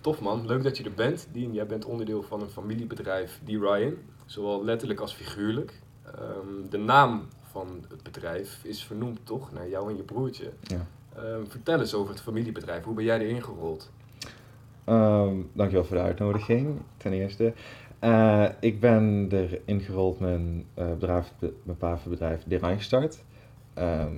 tof man, leuk dat je er bent. Dean, jij bent onderdeel van een familiebedrijf, D. Ryan, zowel letterlijk als figuurlijk. Ehm, de naam van het bedrijf is vernoemd toch naar jou en je broertje. Ja. Ehm, vertel eens over het familiebedrijf, hoe ben jij erin gerold? Ehm, dankjewel voor de uitnodiging, ten eerste. Eh, ik ben erin gerold mijn eh, bedrijf, mijn pavenbedrijf Derijn start. Ehm,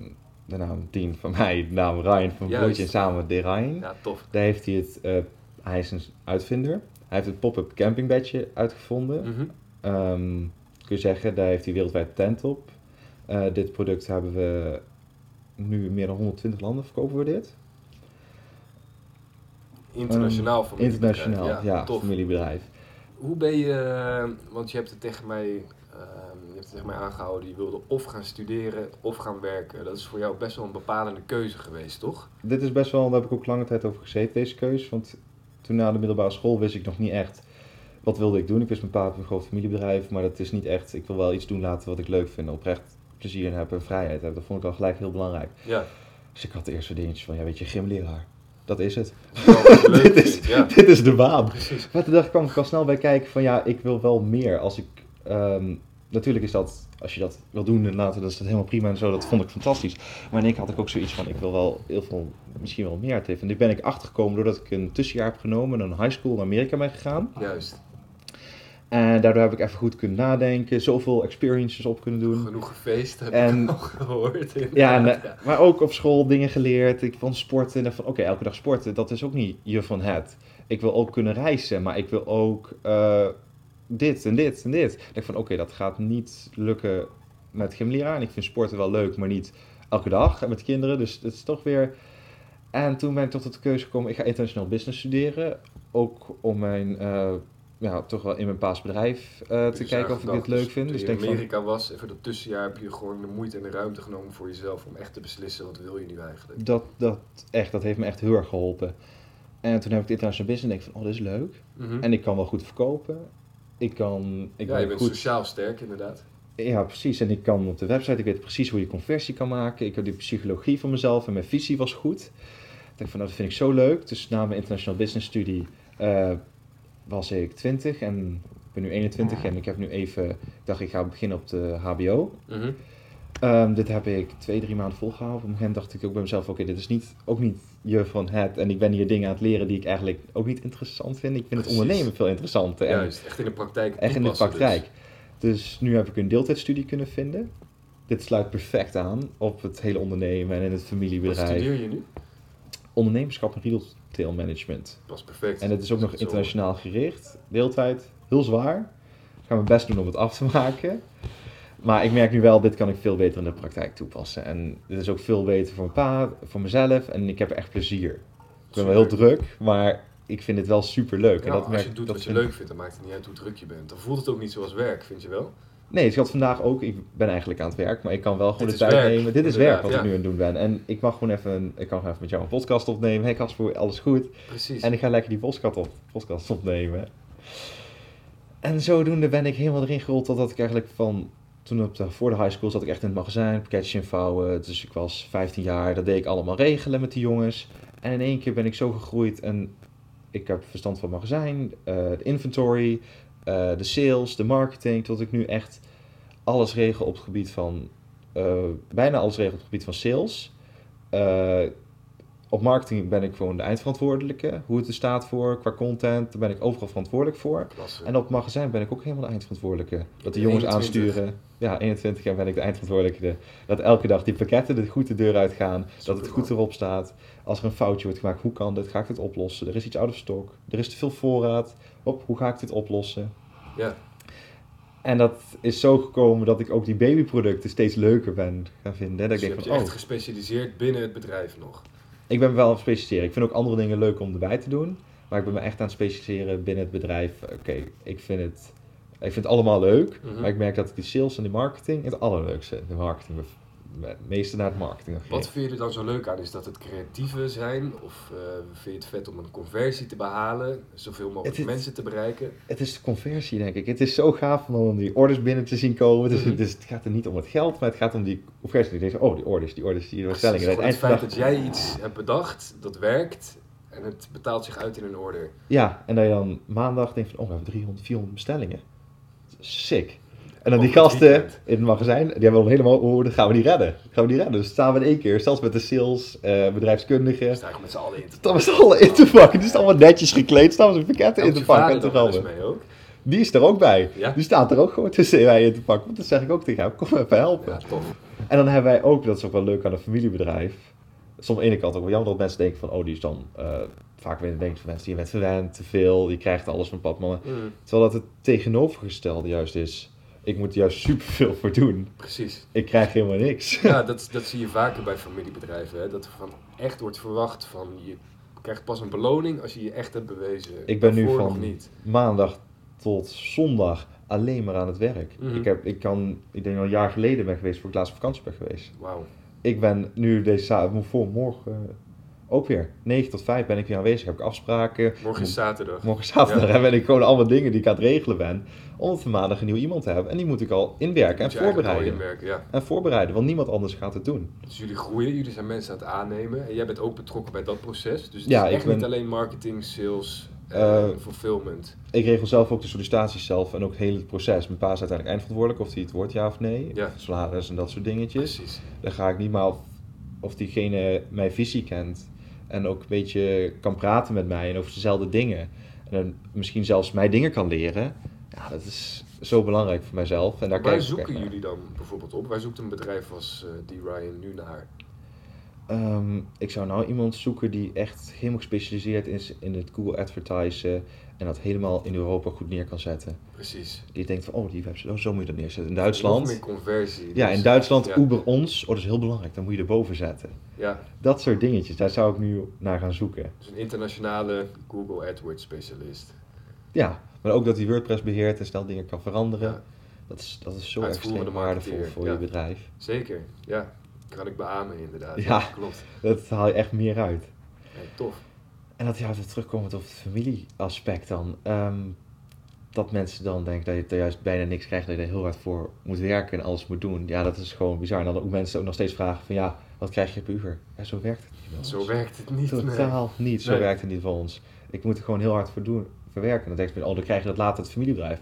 de naam Dien van mij, de naam Ryan van mijn Juist. broertje en samen Derijn. Ja, tof. Daar heeft hij het, eh, hij is een uitvinder. Hij heeft het pop-up campingbedje uitgevonden. Mhm. Ehm, kun je zeggen, daar heeft hij wereldwijd tent op. Eh, dit product hebben we nu in meer dan 120 landen verkopen we dit. Internationaal familiebedrijf. Internationaal, ja, tof. familiebedrijf. Hoe ben je, eh, want je hebt het tegen mij, ehm, je hebt het tegen mij aangehouden, je wilde of gaan studeren of gaan werken. Dat is voor jou best wel een bepalende keuze geweest, toch? Dit is best wel, daar heb ik ook lange tijd over gezeten, deze keus. Want toen na de middelbare school wist ik nog niet echt wat wilde ik doen. Ik wist mijn pa had een groot familiebedrijf, maar dat is niet echt. Ik wil wel iets doen laten wat ik leuk vind, oprecht plezier in heb en vrijheid heb. Dat vond ik al gelijk heel belangrijk. Ja, Dus ik had eerst zo'n dingetje van, ja weet je, gymleraar. Dat is het. Wel wat je leuk dit, is, vindt, ja. dit is de baan. Precies. Maar toen dacht ik, kwam ik al snel bij kijken van, ja, ik wil wel meer. Als ik, ehm, natuurlijk is dat, als je dat wil doen en later, dat is dat helemaal prima en zo. Dat vond ik fantastisch. Maar in één keer had ik ook zoiets van, ik wil wel heel veel, misschien wel meer tegen. En dit ben ik achtergekomen doordat ik een tussenjaar heb genomen en een high school in Amerika ben gegaan. Juist. En daardoor heb ik even goed kunnen nadenken, zoveel experiences op kunnen doen. Genoeg gefeest heb En- ik al gehoord. dus Ja, en, inderdaad, eh, maar ook op school dingen geleerd. Ik vond sporten. En dacht van, oké, elke dag sporten, dat is ook niet je van het. Ik wil ook kunnen reizen, maar ik wil ook eh, dit en dit en dit. Ik dacht van, oké, dat gaat niet lukken met gymleraar. En ik vind sporten wel leuk, maar niet elke dag en met kinderen. Dus het is toch weer... En toen ben ik tot de keuze gekomen, ik ga international business studeren. Ook om mijn, eh, ja, toch wel in mijn paas bedrijf eh, te Dus kijken of ik dit aangedacht, leuk dus vind. toen Dus ik je in denk van, Amerika was, even dat tussenjaar heb je gewoon de moeite en de ruimte genomen voor jezelf om echt te beslissen wat wil je nu eigenlijk. Dat, dat, echt, dat heeft me echt heel erg geholpen. En toen heb ik de international business en denk ik van, oh, dit is leuk. Mhm. En ik kan wel goed verkopen. Ik kan, ik ja, ben je bent goed. sociaal sterk inderdaad. Ja, precies. En ik kan op de website, ik weet precies hoe je conversie kan maken. Ik heb die psychologie van mezelf en mijn visie was goed. Ik dacht van, nou, dat vind ik zo leuk. Dus na mijn international business studie eh, was ik 20 en ik ben nu 21 en ik heb nu even, ik dacht ik ga beginnen op de HBO. Mhm. Ehm, dit heb ik twee, drie maanden volgehouden. Op een gegeven moment dacht ik ook bij mezelf, oké, dit is niet, ook niet je van het. En ik ben hier dingen aan het leren die ik eigenlijk ook niet interessant vind. Ik vind Precies. het ondernemen veel interessanter. En Juist, echt in de praktijk echt in de toepassen dus. praktijk. Dus. nu heb ik een deeltijdstudie kunnen vinden. Dit sluit perfect aan op het hele ondernemen en in het Wat familiebedrijf. studeer je nu? Ondernemerschap en retail management. Dat is perfect. En het is ook nog Zo. internationaal gericht. Deeltijd, heel zwaar. Ik ga mijn best doen om het af te maken. Maar ik merk nu wel, dit kan ik veel beter in de praktijk toepassen. En dit is ook veel beter voor mijn pa, voor mezelf. En ik heb er echt plezier. Ik ben wel heel Super. druk, maar ik vind het wel super leuk. Ja, en dat als merk, je doet dat wat je vind- leuk vindt, dan maakt het niet uit hoe druk je bent. Dan voelt het ook niet zoals werk, vind je wel? Nee, dus ik had vandaag ook, ik ben eigenlijk aan het werk, maar ik kan wel gewoon Dit de is tijd werk, nemen. Dit is inderdaad, werk wat ja. ik nu aan het doen ben. En ik mag gewoon even, een- ik kan gewoon even met jou een podcast opnemen. Hey Casper, alles goed? Precies. En ik ga lekker die podcast, op, podcast opnemen. En zodoende ben ik helemaal erin gerold totdat ik eigenlijk van... Toen op de, voor de high school zat ik echt in het magazijn, pakketjes invouwen. Dus ik was 15 jaar, dat deed ik allemaal regelen met die jongens. En in één keer ben ik zo gegroeid en ik heb verstand van magazijn, eh, de inventory, eh, de sales, de marketing. Tot ik nu echt alles regel op het gebied van... eh, bijna alles regel op het gebied van sales. Eh, op marketing ben ik gewoon de eindverantwoordelijke. Hoe het er staat voor, qua content, daar ben ik overal verantwoordelijk voor. Klasse. En op magazijn ben ik ook helemaal de eindverantwoordelijke. Dat De de jongens 21. aansturen. Ja, 21 en ben ik de eindverantwoordelijke. Dat elke dag die pakketten er goed de deur uitgaan. Dat het Superman. goed erop staat. Als er een foutje wordt gemaakt, hoe kan dit? Ga ik dit oplossen? Er is iets out of stock. Er is te veel voorraad. Hop, hoe ga ik dit oplossen? Ja. En dat is zo gekomen dat ik ook die babyproducten steeds leuker ben gaan vinden. Dat Dus ik je denk hebt van, je oh, echt gespecialiseerd binnen het bedrijf nog. ik ben me wel aan het specialiseren. Ik vind ook andere dingen leuk om erbij te doen. Maar ik ben me echt aan het specialiseren binnen het bedrijf. Oké, ik vind het... Ik vind het allemaal leuk, Mhm. maar ik merk dat ik die sales en die marketing het allerleukste, de marketing, het meeste naar het marketing. ging. Wat vind je er dan zo leuk aan? Is dat het creatieve zijn? Of eh, vind je het vet om een conversie te behalen? Zoveel mogelijk Het is- mensen te bereiken? Het is de conversie, denk ik. Het is zo gaaf om dan die orders binnen te zien komen. Dus, Mhm. dus het gaat er niet om het geld, maar het gaat om die conversie. Die denkt, oh, die orders, die orders, die Precies, bestellingen. gewoon het Bij feit het eind dat jij iets hebt bedacht, dat werkt. En het betaalt zich uit in een order. Ja, en dat je dan maandag denkt van, oh, we hebben 300, 400 bestellingen. Sick. En dan Ook die het gasten weekend. in het magazijn, die hebben dan helemaal, oh, dat gaan we niet redden. Dat gaan we niet redden. Dus staan we in één keer, zelfs met de sales, eh, Dan bedrijfskundigen. sta ik met z'n allen in te Staan we z'n allen in te pakken. Die staan allemaal netjes gekleed, staan we zijn pakketten in Helpt te je vader pakken. En dan te wel eens rammen. mee ook? Die is er ook bij. Ja? Die staat er ook gewoon tussen wij in te pakken. Want dat zeg ik ook tegen hem, kom even helpen. Ja, tof. En dan hebben wij ook, dat is ook wel leuk aan een familiebedrijf. Soms aan de ene kant ook wel jammer dat mensen denken van, oh die is dan eh, vaak weer denken van mensen die je bent verwend, te veel, je krijgt alles van pap, mama. Mm, Terwijl dat het tegenovergestelde juist is. Ik moet er juist superveel voor doen. precies. Ik krijg helemaal niks. Ja, dat, dat zie je vaker bij familiebedrijven. Hè? Dat er van echt wordt verwacht van je krijgt pas een beloning als je je echt hebt bewezen. Ik ben nu Daarvoor van- nog niet. Maandag tot zondag alleen maar aan het werk. Mhm. Ik, heb, ik kan, ik denk al een jaar geleden ben geweest voor ik laatst op vakantie ben geweest. Wauw. Ik ben nu deze zaterdag, voor morgen eh, ook weer. 9 tot 5 ben ik weer aanwezig, heb ik afspraken. Morgen is zaterdag. Morgenzaterdag Ja. hè, ben ik gewoon allemaal dingen die ik aan het regelen ben. Omdat we maandag een nieuw iemand hebben. En die moet ik al inwerken en Moet je eigenlijk al voorbereiden. inwerken, Ja. En voorbereiden, want niemand anders gaat het doen. Dus jullie groeien, jullie zijn mensen aan het aannemen. En jij bent ook betrokken bij dat proces. Dus het Ja, is ik echt ben- niet alleen marketing, sales, Eh, en fulfillment. Ik regel zelf ook de sollicitaties zelf en ook het hele proces. Mijn pa is uiteindelijk eindverantwoordelijk of hij het wordt ja of nee. Ja. Salaris en dat soort dingetjes. Precies. Dan ga ik niet maar of, of diegene mijn visie kent. En ook een beetje kan praten met mij en over dezelfde dingen. En dan misschien zelfs mij dingen kan leren. Ja, dat is zo belangrijk voor mijzelf. En daar kijk Waar ik ook zoeken echt naar. jullie dan bijvoorbeeld op? Waar zoekt een bedrijf als eh die Ryan nu naar? Ehm, ik zou nou iemand zoeken die echt helemaal gespecialiseerd is in het Google advertisen. En dat helemaal in Europa goed neer kan zetten. Precies. Die denkt van, oh, die website, oh, zo moet je dat neerzetten. In Nog Duitsland. meer conversie. Ja, dus- in Duitsland Ja. Uber ons. Oh, dat is heel belangrijk. Dan moet je erboven zetten. Ja, Dat soort dingetjes, daar zou ik nu naar gaan zoeken. dus een internationale Google AdWords specialist. Ja, maar ook dat die WordPress beheert en snel dingen kan veranderen. Ja. Dat, is, dat is zo Uitvoerende extreem waardevol marketeer, voor ja. je bedrijf. Zeker, ja. Kan ik beamen inderdaad. Ja. klopt. Dat haal je echt meer uit. Ja, tof. En dat juist weer terugkomt op het familieaspect dan. ehm, dat mensen dan denken dat je er juist bijna niks krijgt, dat je er heel hard voor moet werken en alles moet doen. Ja, dat is gewoon bizar. En dan ook mensen ook nog steeds vragen van ja, wat krijg je per uur? Ja, zo werkt het niet. bij Zo ons. werkt het niet. nee. Totaal niet. Zo Nee. werkt het niet voor ons. Ik moet er gewoon heel hard voor doen, voor werken. En dan denk ik, oh, dan krijg je dat later het familiebedrijf.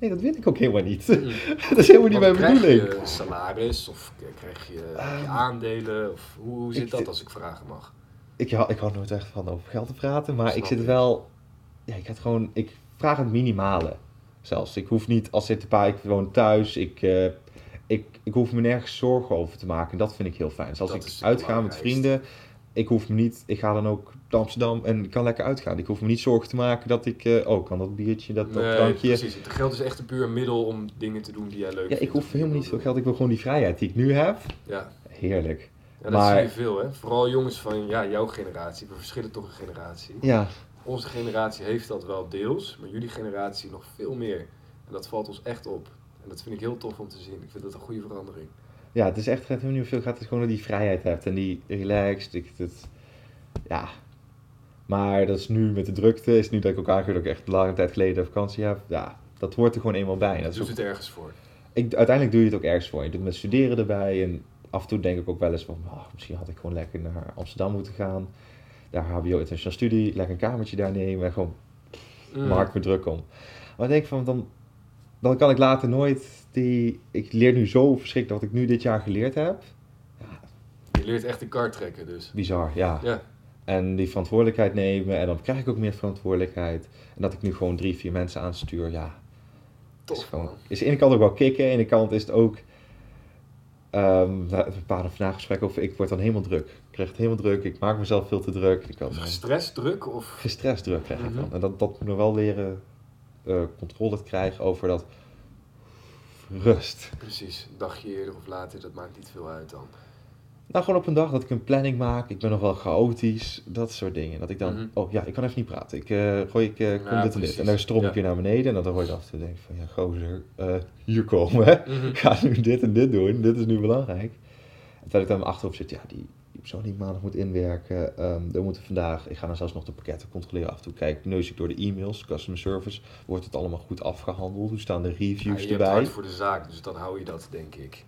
Nee, dat wil ik ook helemaal niet. Mm. dat is helemaal niet mijn Want bedoeling. Krijg je salaris of k- krijg je, heb je Ehm, aandelen? Of hoe, hoe zit ik- dat als ik vragen mag? Ik, hou- ik hou nooit echt van over geld te praten, maar Snap ik zit ik. wel... Ja, ik, had gewoon, ik vraag het minimale zelfs. Ik hoef niet als dit pa, ik woon thuis, ik, eh, ik, ik hoef me nergens zorgen over te maken. En dat vind ik heel fijn. Zelfs Dat als is ik het uitga met belangrijkste. vrienden, ik hoef me niet... Ik ga dan ook naar Amsterdam en ik kan lekker uitgaan. Ik hoef me niet zorgen te maken dat ik... eh, oh, kan dat biertje, dat, dat Nee, drankje... precies. Het geld is echt een puur middel om dingen te doen die jij leuk Ja, vindt. ik hoef of helemaal die niet je veel wil geld. Ik wil gewoon die vrijheid die ik nu heb. doen. Ja, Heerlijk. ja dat Maar- zie je veel hè. Vooral jongens van ja, jouw generatie. We verschillen toch een generatie. Ja, Onze generatie heeft dat wel deels, maar jullie generatie nog veel meer. En dat valt ons echt op. En dat vind ik heel tof om te zien. Ik vind dat een goede verandering. ja het is echt het gaat helemaal niet hoeveel gaat. Het is gewoon dat je die vrijheid hebt en die relaxed. Ik, dat, ja. Maar dat is nu met de drukte. Is nu dat ik ook aangeef dat ik echt lange tijd geleden vakantie heb. Ja, dat hoort er gewoon eenmaal bij. Dat Dat is doet ook- Dus het ergens voor. ik, uiteindelijk doe je het ook ergens voor. Je doet het met studeren erbij. En af en toe denk ik ook wel eens van... ah, misschien had ik gewoon lekker naar Amsterdam moeten gaan. Daar HBO International Studie. Lekker een kamertje daar nemen. En gewoon Mm. maak me druk om. Maar ik denk van, dan, dan kan ik later nooit die... Ik leer nu zo verschrikkelijk wat ik nu dit jaar geleerd heb. Mm. Je leert echt de kar trekken dus. Bizar, ja. Ja. En die verantwoordelijkheid nemen en dan krijg ik ook meer verantwoordelijkheid. En dat ik nu gewoon drie, vier mensen aanstuur, ja. is, Tof gewoon, man. is aan de ene kant ook wel kicken, aan de ene kant is het ook... ehm we hadden een vandaag gesprek over, ik word dan helemaal druk. Ik krijg het helemaal druk, ik maak mezelf veel te druk. Ik kan, Stress, druk of... gestrest druk krijg ik dan. Mhm. En dat, dat moet ik wel leren eh, controle te krijgen over dat rust. Precies, een dagje eerder of later, dat maakt niet veel uit dan. Nou, gewoon op een dag dat ik een planning maak. Ik ben nog wel chaotisch. Dat soort dingen. Dat ik dan, Mhm. oh ja, ik kan even niet praten. Ik eh, gooi ik, eh, Ja, kom dit en dit. precies. En dan strom ik Ja. weer naar beneden. En dan hoor je af en toe denk ik van, ja gozer, eh, hier komen we. Mhm. Ik ga nu dit en dit doen. Dit is nu belangrijk. En terwijl ik dan in mijn achterhoofd zit, ja, die, die persoon die ik maandag moet inwerken, ehm dan moeten vandaag, ik ga dan zelfs nog de pakketten controleren af en toe. Kijk, neus ik door de e-mails, customer service, wordt het allemaal goed afgehandeld? Hoe staan de Ja, reviews je hebt erbij? hard voor de zaak, dus dan hou je dat, denk ik.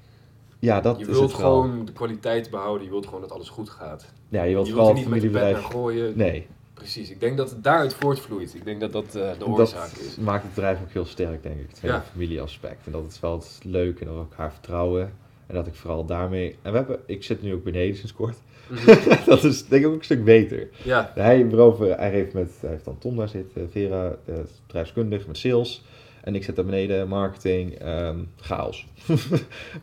Ja, dat je is het wilt vooral. gewoon de kwaliteit behouden, je wilt gewoon dat alles goed gaat. ja, je wilt je wilt vooral er het niet met je bed naar familiebedrijf. gooien. Nee, Precies, ik denk dat het daaruit voortvloeit. Ik denk dat dat eh, de oorzaak is. dat maakt het bedrijf ook heel sterk, denk ik. Het hele Ja. familieaspect. En dat het wel het leuk en dat we elkaar vertrouwen. En dat ik vooral daarmee... En we hebben, ik zit nu ook beneden sinds kort. Mhm. dat is denk ik ook een stuk beter. Ja, Hij, boven, hij, heeft met, hij heeft dan Tom daar zitten, Vera, eh bedrijfskundig met sales. En ik zit daar beneden, marketing, ehm, chaos.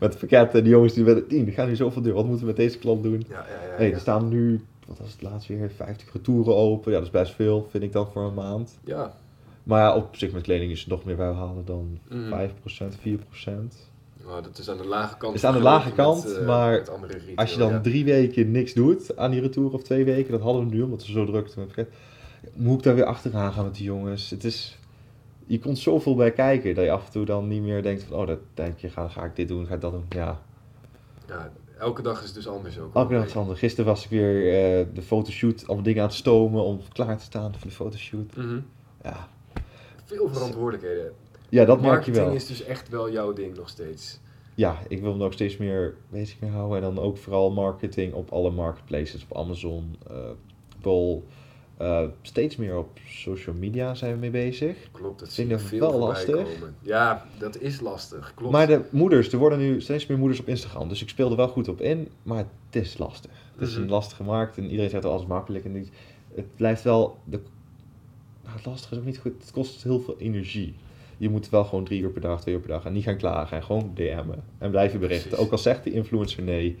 met pakketten, die jongens die willen, die gaan nu zoveel duur. Wat moeten we met deze klant doen? ja, ja. ja, Hey, ja. er staan nu, wat was het laatst weer, 50 retouren open. Ja, dat is best veel, vind ik dan voor een maand. ja. Maar ja, op zich met kleding is het nog meer bij halen dan Mhm. 5%, 4%. Nou, dat is aan de lage kant. Is aan de lage vergeleken kant, eh, maar met andere retail, Als je dan ja. drie weken niks doet aan die retour of twee weken, dat hadden we nu omdat we zo druk waren met pakket. Moet ik daar weer achteraan gaan met die jongens? Het is, je komt zoveel bij kijken dat je af en toe dan niet meer denkt van, oh, dat denk je, ga, ga ik dit doen, ga ik dat doen? Ja, Ja, elke dag is het dus anders ook. elke dag is het anders. Gisteren was ik weer eh, de fotoshoot, allemaal dingen aan het stomen om klaar te staan voor de fotoshoot. Mhm. Ja, Veel verantwoordelijkheden. ja dat merk je Marketing wel. is dus echt wel jouw ding nog steeds. Ja, ik wil me ook steeds meer bezig mee houden. En dan ook vooral marketing op alle marketplaces. Op Amazon, eh Bol. eh, steeds meer op social media zijn we mee bezig. Klopt, dat Vind zie je je dat veel wel voorbij lastig? komen. Ja, dat is lastig. Klopt. Maar de moeders, er worden nu steeds meer moeders op Instagram. Dus ik speel er wel goed op in, maar het is lastig. Het is een Mhm. lastige markt en iedereen zegt alles makkelijk. En niet. het blijft wel... De, nou, het lastige is ook niet goed. Het kost heel veel energie. Je moet wel gewoon drie uur per dag, twee uur per dag en niet gaan klagen. En gewoon DM'en en blijven berichten. Precies. Ook al zegt de influencer nee,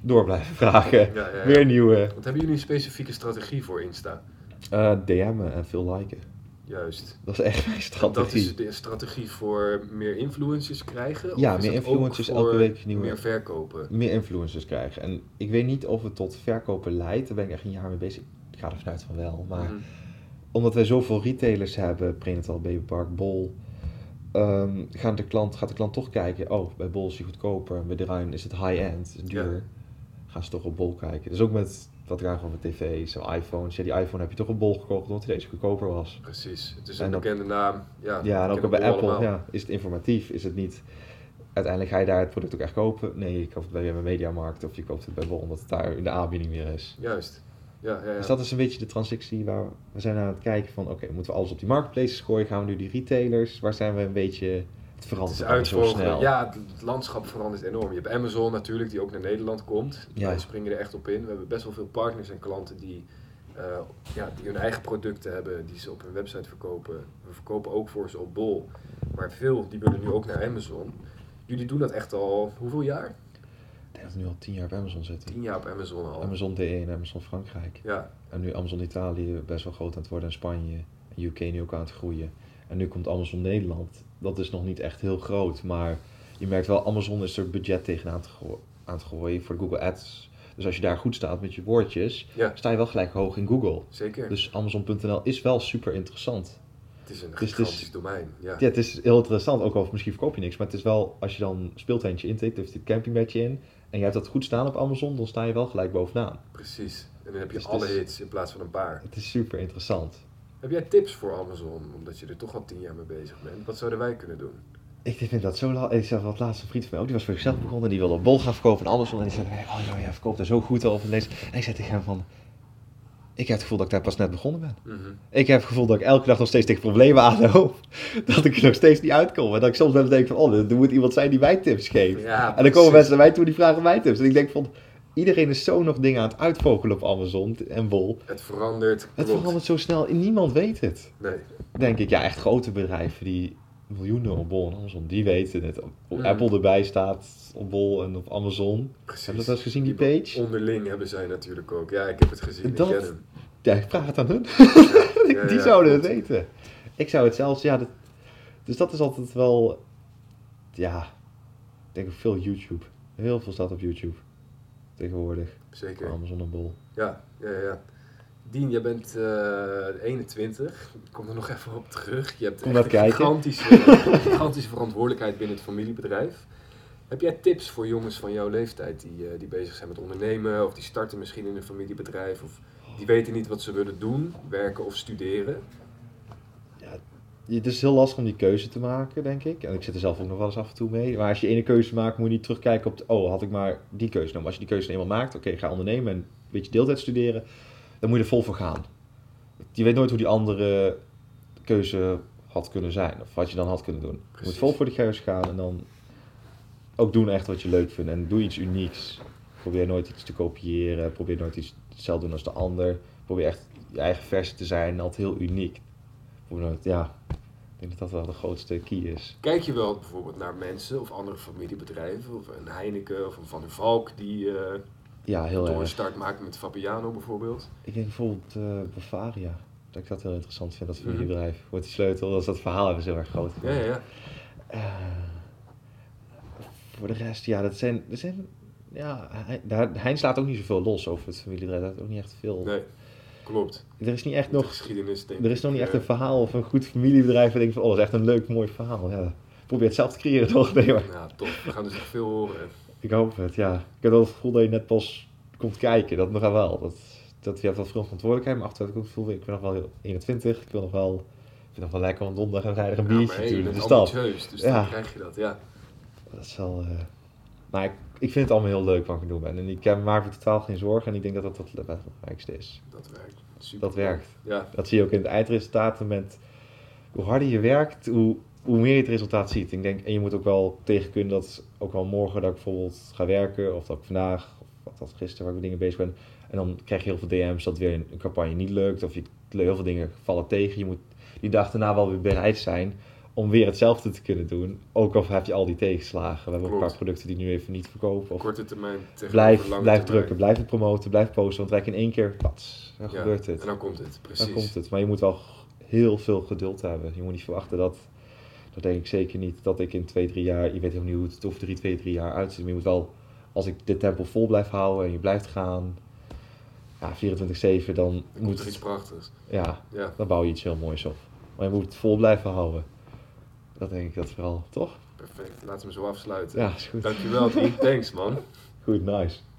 door blijven vragen. Ja, ja, ja. Weer nieuwe. Wat hebben jullie een specifieke strategie voor Insta? eh DM'en en veel liken. Juist. Dat is echt mijn Dat strategie. is de strategie voor meer influencers krijgen? Ja, of is meer dat ook influencers, elke voor week nieuwe. Meer verkopen. Meer influencers krijgen. En ik weet niet of het tot verkopen leidt. Daar ben ik echt een jaar mee bezig. Ik ga er vanuit van wel. Maar Mhm. omdat wij zoveel retailers hebben, Prenatal, Babypark, Bol. ehm gaan de klant, gaat de klant toch kijken. Oh, bij Bol is hij goedkoper. En bij de Ruin is het high-end. Is duur. Gaan ze toch op Bol kijken. Dus ook met wat ik eigenlijk met tv's en iPhones. Ja, die iPhone heb je toch op Bol gekocht omdat hij deze goedkoper was. Precies. Het is En een dat- bekende naam. Ja, Ja, en ook kennen bij we Apple allemaal. ja, is het informatief, is het niet... Uiteindelijk ga je daar het product ook echt kopen. Nee, je koopt het bij een mediamarkt of je koopt het bij Bol, omdat het daar in de aanbieding weer is. Juist. Ja, ja, ja. Dus dat is een beetje de transitie waar we zijn aan het kijken van... Oké, moeten we alles op die marketplaces gooien? Gaan we nu die retailers? Waar zijn we een beetje... Het Het verandert is allemaal zo uitvogelen. snel. Ja, het- het landschap verandert enorm. Je hebt Amazon natuurlijk, die ook naar Nederland komt. Ja. Wij springen er echt op in. We hebben best wel veel partners en klanten die, eh, ja, die hun eigen producten hebben, die ze op hun website verkopen. We verkopen ook voor ze op Bol. Maar veel, die willen nu ook naar Amazon. Jullie doen dat echt al, hoeveel jaar? Ik denk dat we nu al tien jaar op Amazon zitten. Tien jaar op Amazon al. Amazon DE en Amazon Frankrijk. Ja, En nu Amazon Italië best wel groot aan het worden en Spanje. En UK nu ook aan het groeien. En nu komt Amazon Nederland. Dat is nog niet echt heel groot. Maar je merkt wel, Amazon is er budget tegenaan te goo- aan het gooien voor de Google Ads. Dus als je daar goed staat met je woordjes, Ja. sta je wel gelijk hoog in Google. zeker. Dus Amazon.nl is wel super interessant. het is een dus- gigantisch domein. Ja. Ja, het is heel interessant, ook al misschien verkoop je niks. Maar het is wel, als je dan een speeltuintje intikt, of dit campingbedje in. En je hebt dat goed staan op Amazon, dan sta je wel gelijk bovenaan. precies. En dan heb je Dus het alle is- hits in plaats van een paar. Het is super interessant. Heb jij tips voor Amazon, omdat je er toch al tien jaar mee bezig bent? Wat zouden wij kunnen doen? Ik vind dat zo lastig. Ik zag wat laatst een vriend van mij ook, die was voor zichzelf begonnen. Die wilde op bol gaan verkopen en Amazon. En die zei, oh joh, jij verkoopt er zo goed over. En ik zei tegen hem van, ik heb het gevoel dat ik daar pas net begonnen ben. Mhm. Ik heb het gevoel dat ik elke dag nog steeds tegen problemen aanloop. Dat ik er nog steeds niet uitkom. En dat ik soms wel eens denk van, oh, er moet iemand zijn die mij tips geeft. Ja, En dan komen precies. mensen naar mij toe die vragen mij tips. En ik denk van, iedereen is zo nog dingen aan het uitvogelen op Amazon en bol. Het verandert. Het klopt. verandert zo snel en niemand weet het Nee, denk ik, ja, echt grote bedrijven die miljoenen op Bol en Amazon, die weten het. Op Mhm. Apple erbij staat op Bol en op Amazon. precies. Heb je dat wel eens gezien, die be- page? Onderling hebben zij natuurlijk ook. Ja, ik heb het gezien. Dat- Ik ken hem. Ja, ik vraag het aan hun. Ja, ja, die ja, zouden het klopt. weten. Ik zou het zelfs, ja, dat, dus dat is altijd wel, ja, ik denk ook veel YouTube. Heel veel staat op YouTube tegenwoordig. Zeker. Amazon en Bol. Ja, ja, ja. Dien, jij bent eh 21. Ik kom er nog even op terug. Je hebt Kom echt maar een kijken. gigantische, gigantische verantwoordelijkheid binnen het familiebedrijf. Heb jij tips voor jongens van jouw leeftijd die, eh, die bezig zijn met ondernemen of die starten misschien in een familiebedrijf of die weten niet wat ze willen doen, werken of studeren? Ja, Het is heel lastig om die keuze te maken, denk ik. En ik zit er zelf ook nog wel eens af en toe mee. Maar als je ene keuze maakt, moet je niet terugkijken op... de- oh, had ik maar die keuze nou genomen. Als je die keuze eenmaal maakt, oké, ga ondernemen en een beetje deeltijd studeren. Dan moet je er vol voor gaan. je weet nooit hoe die andere keuze had kunnen zijn. Of wat je dan had kunnen doen. Je moet Precies. vol voor die keuze gaan en dan ook doen echt wat je leuk vindt. En doe iets unieks. Probeer nooit iets te kopiëren. Probeer nooit iets hetzelfde te doen als de ander. Probeer echt je eigen versie te zijn. en Altijd heel uniek. Probeer nooit, ja. Ik denk dat dat wel de grootste key is. Kijk je wel bijvoorbeeld naar mensen of andere familiebedrijven, of een Heineken of een Van der Valk die eh, Oh, Ja, heel door een erg. start maakt met Fabiano bijvoorbeeld. Ik denk bijvoorbeeld eh, Bavaria. Dat ik dat heel interessant vind, dat Mhm. familiebedrijf. Wordt die sleutel, dat is dat verhaal hebben ze heel erg groot Ja, gemaakt. ja, ja. Eh, voor de rest, ja, dat zijn... Dat zijn ja, hij, daar- Heinz laat ook niet zoveel los over het familiebedrijf. Hij laat ook niet echt veel... Nee, klopt. Er is niet echt Met de nog... geschiedenis denk Er is nog niet ik, echt eh, een verhaal of een goed familiebedrijf. waar Ik denk van, oh, dat is echt een leuk, mooi verhaal. Ja, probeer het zelf te creëren, toch? Nee, maar Nou, tof. We gaan dus echt veel horen. ik hoop het, ja. Ik heb wel het gevoel dat je net pas komt kijken. Dat nog wel. Dat, dat je hebt wat veel verantwoordelijkheid. Maar achteraf heb ik ook het gevoel, ik ben nog wel heel 21. Ik wil nog wel... Ik vind het nog wel lekker om donderdag en vrijdag een Ja, biertje maar hey, je bent natuurlijk. Dus dat. ambitieus, dus Ja. dan krijg je dat, ja. Dat is wel. eh, Maar ik, ik vind het allemaal heel leuk wat ik aan het doen ben. En ik eh, maak me totaal geen zorgen. En ik denk dat dat het belangrijkste is. Dat werkt. Super. Dat werkt. Ja, Dat zie je ook in het eindresultaat. Met hoe harder je werkt, hoe, hoe meer je het resultaat ziet. Ik denk, en je moet ook wel tegen kunnen dat ook wel morgen dat ik bijvoorbeeld ga werken. Of dat ik vandaag, of dat gisteren waar ik met dingen bezig ben. En dan krijg je heel veel DM's dat weer een, een campagne niet lukt. Of je, heel veel dingen vallen tegen. Je moet die dag daarna wel weer bereid zijn om weer hetzelfde te kunnen doen. Ook al heb je al die tegenslagen. We hebben ook een Klopt. paar producten die nu even niet verkopen. Of korte termijn tegenover blijf, lange blijf termijn. drukken, blijf het promoten, blijf posten. Want wij in één keer, pats, dan Ja, gebeurt het. En dan komt het, precies. Dan komt het. Maar je moet wel g- heel veel geduld hebben. Je moet niet verwachten dat, dat denk ik zeker niet, dat ik in twee, drie jaar, je weet helemaal niet hoe het over drie, twee, drie jaar uitziet. Maar je moet wel, als ik dit tempo vol blijf houden en je blijft gaan, ja, 24-7, Dan dan komt moet er iets het, prachtigs. ja, Ja, dan bouw je iets heel moois op. Maar je moet het vol blijven houden. Dat denk ik dat vooral, toch? perfect. Laten we hem zo afsluiten. Ja, is goed. Dankjewel, Dien. Thanks, man. Goed, nice.